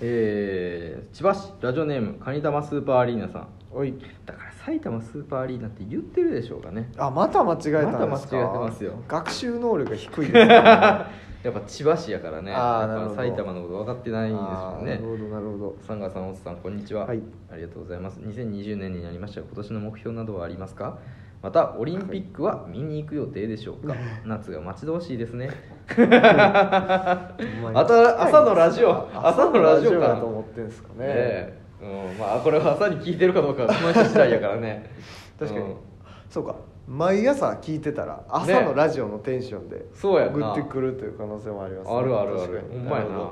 えー千葉市ラジオネームカニ玉スーパーアリーナさんおいだから埼玉スーパーアリーナって言ってるでしょうかねあまた間違えたんですかまた間違えてますよ学習能力が低 いですねやっぱ千葉市やからねあーなやるっほぱど埼玉のこと分かってないんでなしるょうほねどなるほどサンガさん、オスさん、こんにちは、はいありがとうございます。2020年になりましたが、今年の目標などはありますかまた、オリンピックは見に行く予定でしょうか、夏が待ち遠しいですね。あた 朝のラジオ朝のラジオかだと思ってんですかね、。ええうん、まあ、これは朝に聞いてるかどうかは、この人次第やからね 確かに、うんそうか毎朝聞いてたら朝のラジオのテンションでそうやなグッてくるという可能性もありますね、あるあるあ確るかにほんまやるなほど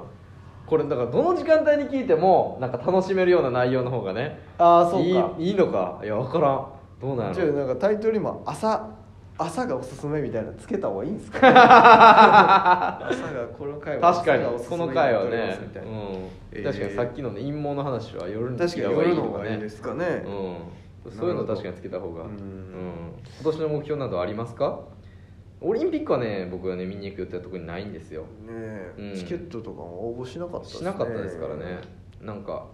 これだからどの時間帯に聞いてもなんか楽しめるような内容の方がねあーそうかいいいいのかいや分からんどうなんじやゃあろなんかタイトルにも朝朝がおすすめみたいなのつけた方がいいんですか、 ね、朝がこの回は確かに朝がおすすこめの回はになっておりねますみたい、なうえーん、確かにさっきのね陰謀の話は夜に確かに夜の方がいいですかね、うん、そういうの確かにつけた方が、ううんん、今年の目標などありますかオリンピックはね僕はね見に行く予定は特にないんですよねえ、うんチケットとかも応募しなかったっしなかったですからねなんか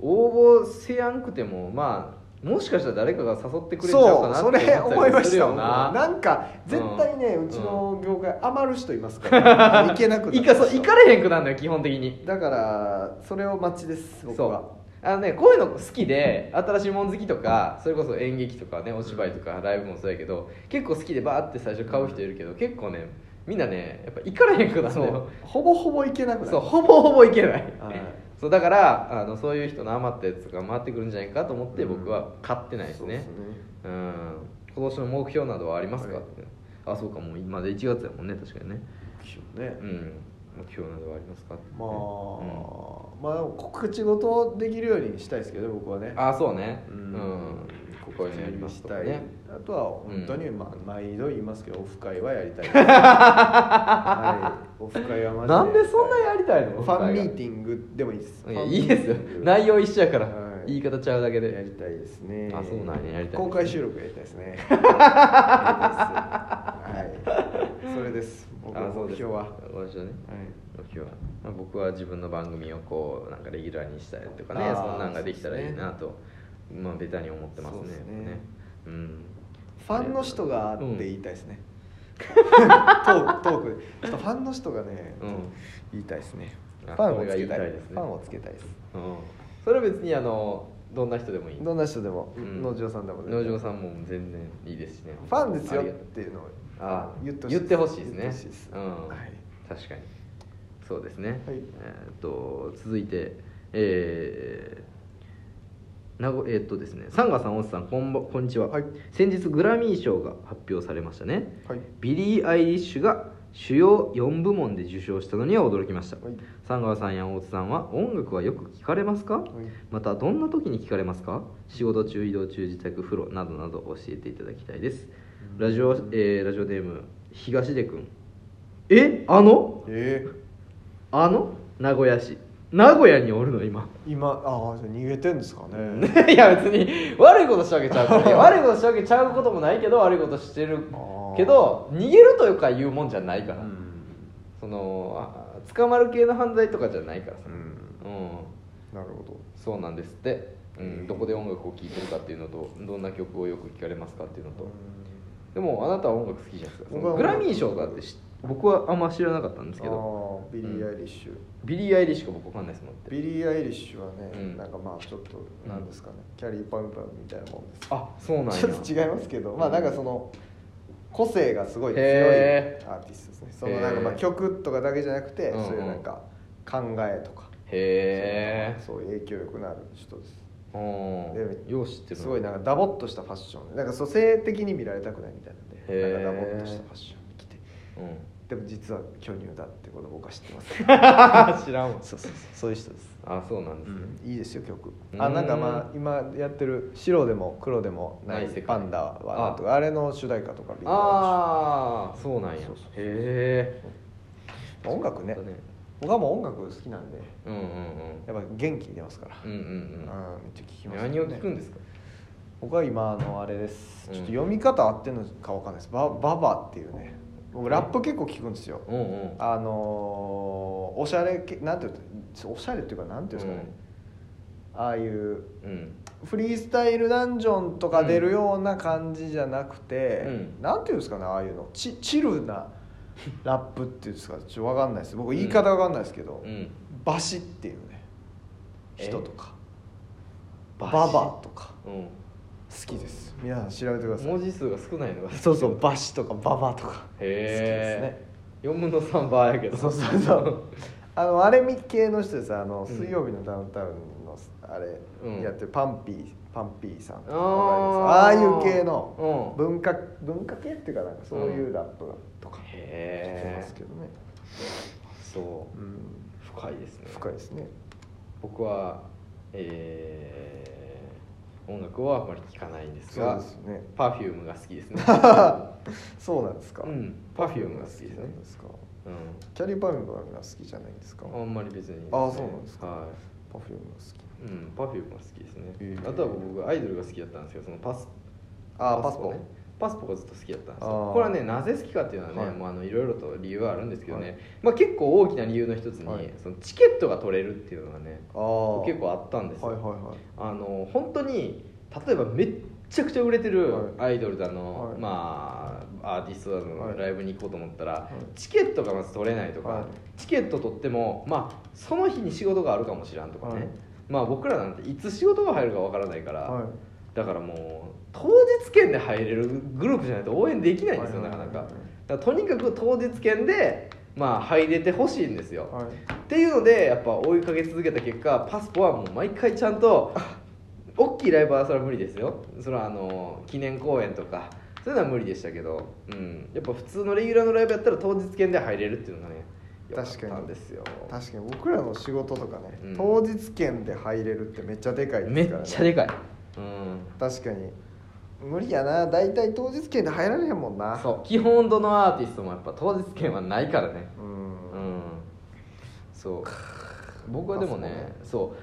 応募せやんくてもまあもしかしたら誰かが誘ってくれちゃうそかうなそれ思いまりしするたよもんななんか絶対ね、ううんちの業界余る人いますから、行けなくなっ行ちゃかうそう行かれへんくなるのよ基本的にだからそれを待ちです僕そはうあのねこういうの好きで新しいもん好きとかそれこそ演劇とかねお芝居とかライブもそうやけど結構好きでバーって最初買う人いるけど結構ねみんなねやっぱ行かれへんくなるのよほぼほぼ行けなくなるそうほぼほぼいけない、はいそうだからあのそういう人の余ったやつが回ってくるんじゃないかと思って僕は買ってないですそうね,、ですねうん今年の目標などはありますか、はいあそうかもう今で1月やもんね確かにねねうん目標などはありますかまあ、まあでも告知事をできるようにしたいですけど僕はねああそうねううんん、ここ告にありま知すしとたかい、ねあとは本当に、うんまあ、毎度言いますけどオフ会はやり たいです、はい、オフ会はマジでなんでそんなやりたいのファンミーテティングでもいいですいやいいですよファンミーティング内容一緒やから、はい言い方ちゃうだけやでりたいですねあそうなんややりたい公開収録やりたいです ねやりたいですはいそれです僕のあそう目です標はは私はねい目標は、まあ、僕は自分の番組をこうなんかレギュラーにしたりとかねあーそんなんができたらいいなそと、まあベタに思ってますねそうですねうんファンの人がってうん言いたいですね、トークトークでちょっとファンの人がね、うん言いたいですねフあァンをそつけれがた言いたいいですねファンをつけたいですうんそれは別にあのどんな人でもいいどんな人でも、うん農場さんでも農場んさんも全然いいですしねファンですよっありがていうのをあ言ってほしい言ってほしいですね言ってほしいですうんはい確かにそうですね、はいえーっと続いてえー、名古えーっとですねサンガさんオスさんこんばこんにちは、はい先日グラミー賞が発表されましたね、はいビリー・アイリッシュが主要4部門で受賞したのには驚きました、はいサンガさんや大津さんは音楽はよく聞かれますか、またどんな時に聞かれますか仕事中移動中自宅風呂などなど教えていただきたいですラジオ、えーラジオネーム東出君えあのえあの名古屋市名古屋におるの今 ー、今ああじゃあ逃げてんですかねいや別に悪いことしたわけちゃうから ね悪いことしたわけちゃうこともないけど悪いことしてるあーけど逃げるというかいうもんじゃないから、うんそのあ捕まる系の犯罪とかじゃないからさうんうんなるほどそうなんですって、うん、どこで音楽を聴いてるかっていうのとどんな曲をよく聴かれますかっていうのとでもあなたは音楽好きじゃないですかそ僕はのグラミー賞があってし僕はあんま知らなかったんですけどあービリー・アイリッシュ、ビリー・アイリッシュか僕わかんないですもんってビリー・アイリッシュはね、うんなんかまあちょっとなんですかね、キャリーパンパンみたいなもんですあそうなんやちょっと違いますけどまあなんかその個性がすごい強いアーへティストですねそのなんかまあへー曲とかだけじゃなくて、うんうんそういうなんか考えとかへえそういう影響力のある人ですでよう知ってるなすごいなんかダボっとしたファッションでなんか蘇生的に見られたくないみたいなんでへなんーかダボっとしたファッションに着てうん でも実は巨乳だってことを僕は知っ てます知らんわそうそうそうそういう人ですあそうなんですねいいですよ曲うんあなんかまあ今やってる白でも黒でもなないい世界パンダはなんとかあれの主題歌とかビートああそうなんやへそうそうそうえルズ音楽ね僕はもう音楽好きなんでうんうんやっぱ元気出ますから、うんうんうんうんめっちゃ聞きうんます、何を聞くんですか僕は今あのあれですちょっとうん読み方合ってるのかわかんないですバババっていうね僕ラップ結構聞くんですようんうんあのーおしゃれ系なんていうのおしゃれっていうかなんていうんですかね、ああいううんフリースタイルダンジョンとか出るような感じじゃなくて、うんなんていうんですかねああいうのチチルなラップっていうんですかちょっと分かんないです僕言い方分かんないですけど、うんバシっていうねえ人とかババシバとかうん好きです皆さん調べてください文字数が少ないのがそうそうバシとかババとか好きですへねえ4分の3倍やけど そうそうそうあのあれみ系の人ですあのうん水曜日のダウンタウンのあうんれやってるパンピーパンピーさんあーわかりますああいう系うのん文化文化系っていうかなんかそういうラップとかしてへますけえどね、そうんう深いですね深いですね僕はえー、音楽はあまり聴かないんですそうがですねパフュームが好きです ねそうなんですか、うんパフュームが好きですなねんですかうキャリーパフュームが好きじゃないんですかんあんまり別にですねあそうなんですかはいパフュームが好きうん、パフュームが好きですね、ええあとは僕がアイドルが好きだったんですけどそのパスあーパスポねパスポがずっと好きだったんですあよーこれはねなぜ好きかっていうのはね、はいもうあのいろいろと理由はあるんですけどね、はいまあ、結構大きな理由の一つに、はいそのチケットが取れるっていうのがねああ結構あったんですよ、はいはいはいあの本当に例えばめっちゃくちゃ売れてるアイドルだの、はいまあアーティストだはのいライブに行こうと思ったら、いチケットがまず取れないとか、はいチケット取ってもまあその日に仕事があるかもしらんとかね、はいまあ僕らなんていつ仕事が入るかわからないから、はいだからもう当日券で入れるグループじゃないと応援できないんですよ、はいはいはいなかなかだからとにかく当日券でまあ入れてほしいんですよ、はいっていうのでやっぱ追いかけ続けた結果パスポはもう毎回ちゃんと大きいライブはそれは無理ですよそれはあの記念公演とかそういうのは無理でしたけど、うん、やっぱ普通のレギュラーのライブやったら当日券で入れるっていうのがね良かっ確かにたんですよ確かに僕らの仕事とかね、うん当日券で入れるってめっちゃでかいめですから、ね、っちゃでかい、うん、確かに無理やな大体当日券で入られへんもんなそう基本どのアーティストもやっぱ当日券はないからねう、うんんそう僕はでもねそ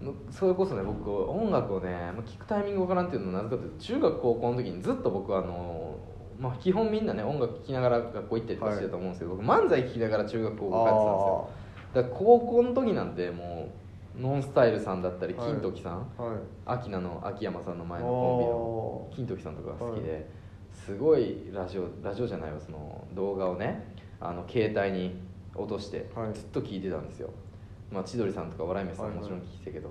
うむそれこそね僕音楽をねまあ聞くタイミングわからんっていうのはなぜかというと中学高校の時にずっと僕はあのまあ基本みんなね音楽聴きながら学校行ったりとかしてたと思うんですけど、僕漫才聴きながら中学高校帰ってたんですよだから高校の時なんてもうノンスタイルさんだったりはい金時さん、あーはい秋名の秋山さんの前のコンビの金お時さんとかが好きで、すごいラジオラジオじゃないわその動画をねあの携帯に落としてはいずっと聞いてたんですよ、まあ、千鳥さんとか笑い飯さんもはいもはいちろん聞いてたけど、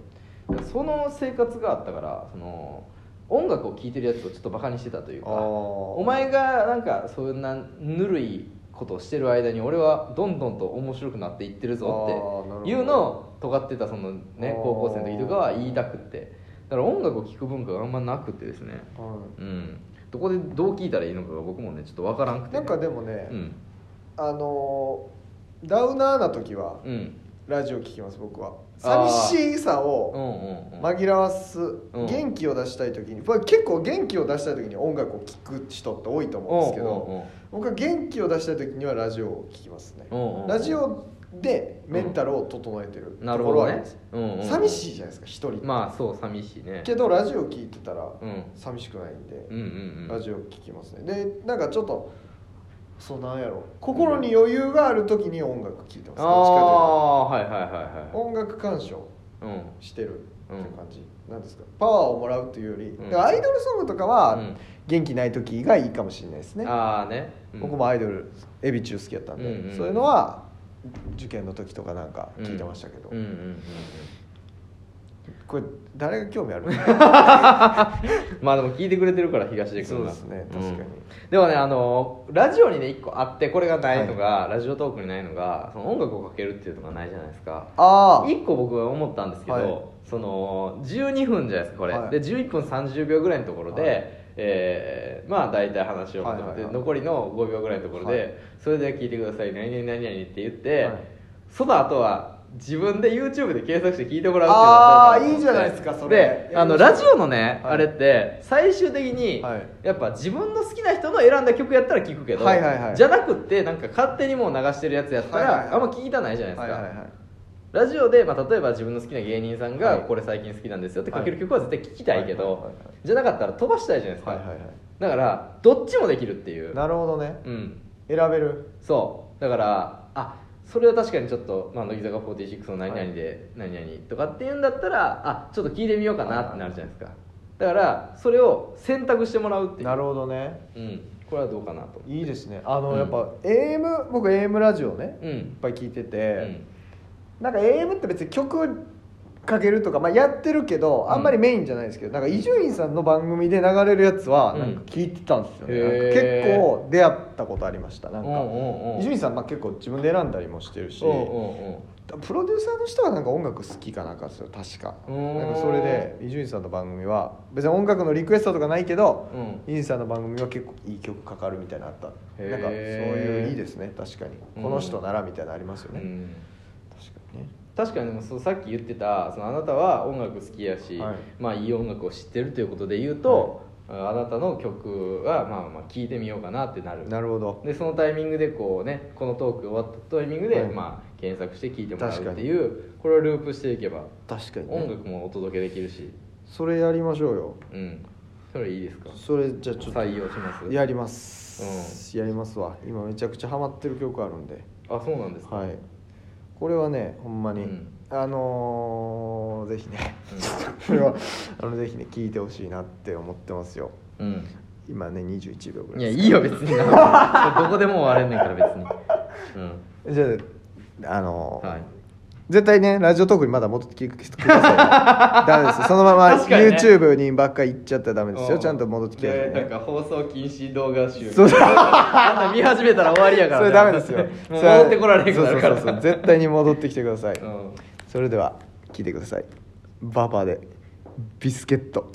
だからその生活があったからその音楽を聴いてるやつをちょっとバカにしてたというーかおお前がなんかそんなぬるいことをしてる間に俺はどんどんと面白くなっていってるぞあーなるっほてどいうのを尖ってたそのねあー高校生の時とかは言いたくってだから音楽を聴く文化があんまなくてですねはいうんどこでどう聞いたらいいのかが僕もねちょっとわからんくてね、なんかでもね、うんあのーダウナーな時はうんラジオ聞きます僕はあー寂しさをうんうんうん紛らわす、ん元気を出したい時にこれ結構元気を出したい時に音楽を聴く人って多いと思うんですけど、僕は元気を出したい時にはラジオを聴きますね、うんうんうんラジオでメンタルを整えてるなとるこほろどはありねます、、うんうんうん寂しいじゃないですか一人、まあそう寂しいねけどラジオ聴いてたらうん寂しくないんで、うんうんうラんジオ聴きますねでなんかちょっとそうなんやろ心に余裕がある時に音楽聴いてまあす、どっちかとあはいはいはいいうとは音楽鑑賞いうんしてるっていううん感じ、なんですかパワーをもらうというより、んだからアイドルソングとかはうん元気ない時がいいかもしれないですね、ああね、うん僕もアイドルエビ中好きやったんで、うんうんそういうのは受験の時とかなんか聞いてましたけど、うんうんうんうんこれ誰が興味あるまあでも聞いてくれてるから東出そ君うがですね確かに、うんでもねあのラジオにね1個あってこれがないのが、ラジオトークにないのがその音楽をかけるっていうのがないじゃないですかああ1個僕は思ったんですけど、はいその12分じゃないですかこれ、はいで11分30秒ぐらいのところで、はいえーまあ大体話をまとめはいはいてはい残りの5秒ぐらいのところで、はいそれで聞いてください何々何々って言って、はいその後は自分で YouTube で検索して聞いてもらうあっーていうのをやったのかなと思っていいじゃないですかそれであのやりましょうラジオのね、はいあれって最終的に、はいやっぱ自分の好きな人の選んだ曲やったら聞くけど、はいはいはいじゃなくってなんか勝手にもう流してるやつやったら、はいはいはいあんま聞きたないじゃないですか、はいはいはいラジオで、まあ、例えば自分の好きな芸人さんがはいこれ最近好きなんですよってかける曲は絶対聞きたいけはいはいどはいはいじゃなかったら飛ばしたいじゃないですか、はいはいはだからどっちもできるってい、いうなるほどねうん、選べるそうだからあそれは確かにちょっと、まあ、乃木坂46の何々で何々とかっていうんだったらあちょっと聞いてみようかなってなるじゃないですかだからそれを選択してもらうっていうなるほどねうん、これはどうかなといいですねあの、うんやっぱ AM 僕 AM ラジオね、うんいっぱい聞いてて、なんか AM って別に曲かけるとか、まあ、やってるけどうんあんまりメインじゃないですけどなんか伊集院さんの番組で流れるやつはうんなんか聞いてたんですよね、へーなんか結構出会ったことありましたななんんかか伊集院さんまあ結構自分で選んだりもしてるしおうおプロデューサーの人はなんか音楽好きかなんかですよ確かうーんなんかそれで伊集院さんの番組は別に音楽のリクエストとかないけどうおううん伊集院さんの番組は結構いい曲かかるみたいなのあったへーなんかそういういいですね確かにうんこの人ならみたいなのありますようね、ん確かにね確かにでもそうさっき言ってたそのあなたは音楽好きやし、はいいまあ、いい音楽を知ってるということで言うと、あなたの曲はまあまあ聴いてみようかなってなるなるほどでそのタイミングでこうねこのトーク終わったタイミングで、はいまあ、検索して聴いてもらう確かっにていうこれをループしていけば確かに、ね、音楽もお届けできるしそれやりましょうようんそれいいですかそれじゃあちょっ採用しますとやります、やりますわ今めちゃくちゃハマってる曲あるんであそうなんですか、はいこれはねほんまに、うんあのーぜひねうこれはあのぜひね聞いてほしいなって思ってますよん今ね21秒ぐうらん、いいやでいすいよ別 にどこでも終われんねんから別にうんじゃああのーはい絶対ねラジオトークにまだ戻ってきてくださいダメですそのまま確かにね YouTube にばっかり行っちゃったらダメですよちゃんと戻ってきてくださいでなんねか放送禁止動画集そう あんな見始めたら終わりやからそれダメですよ もう戻ってこられへんくなるからそうそうそう絶対に戻ってきてください、うんそれでは聞いてくださいババでビスケット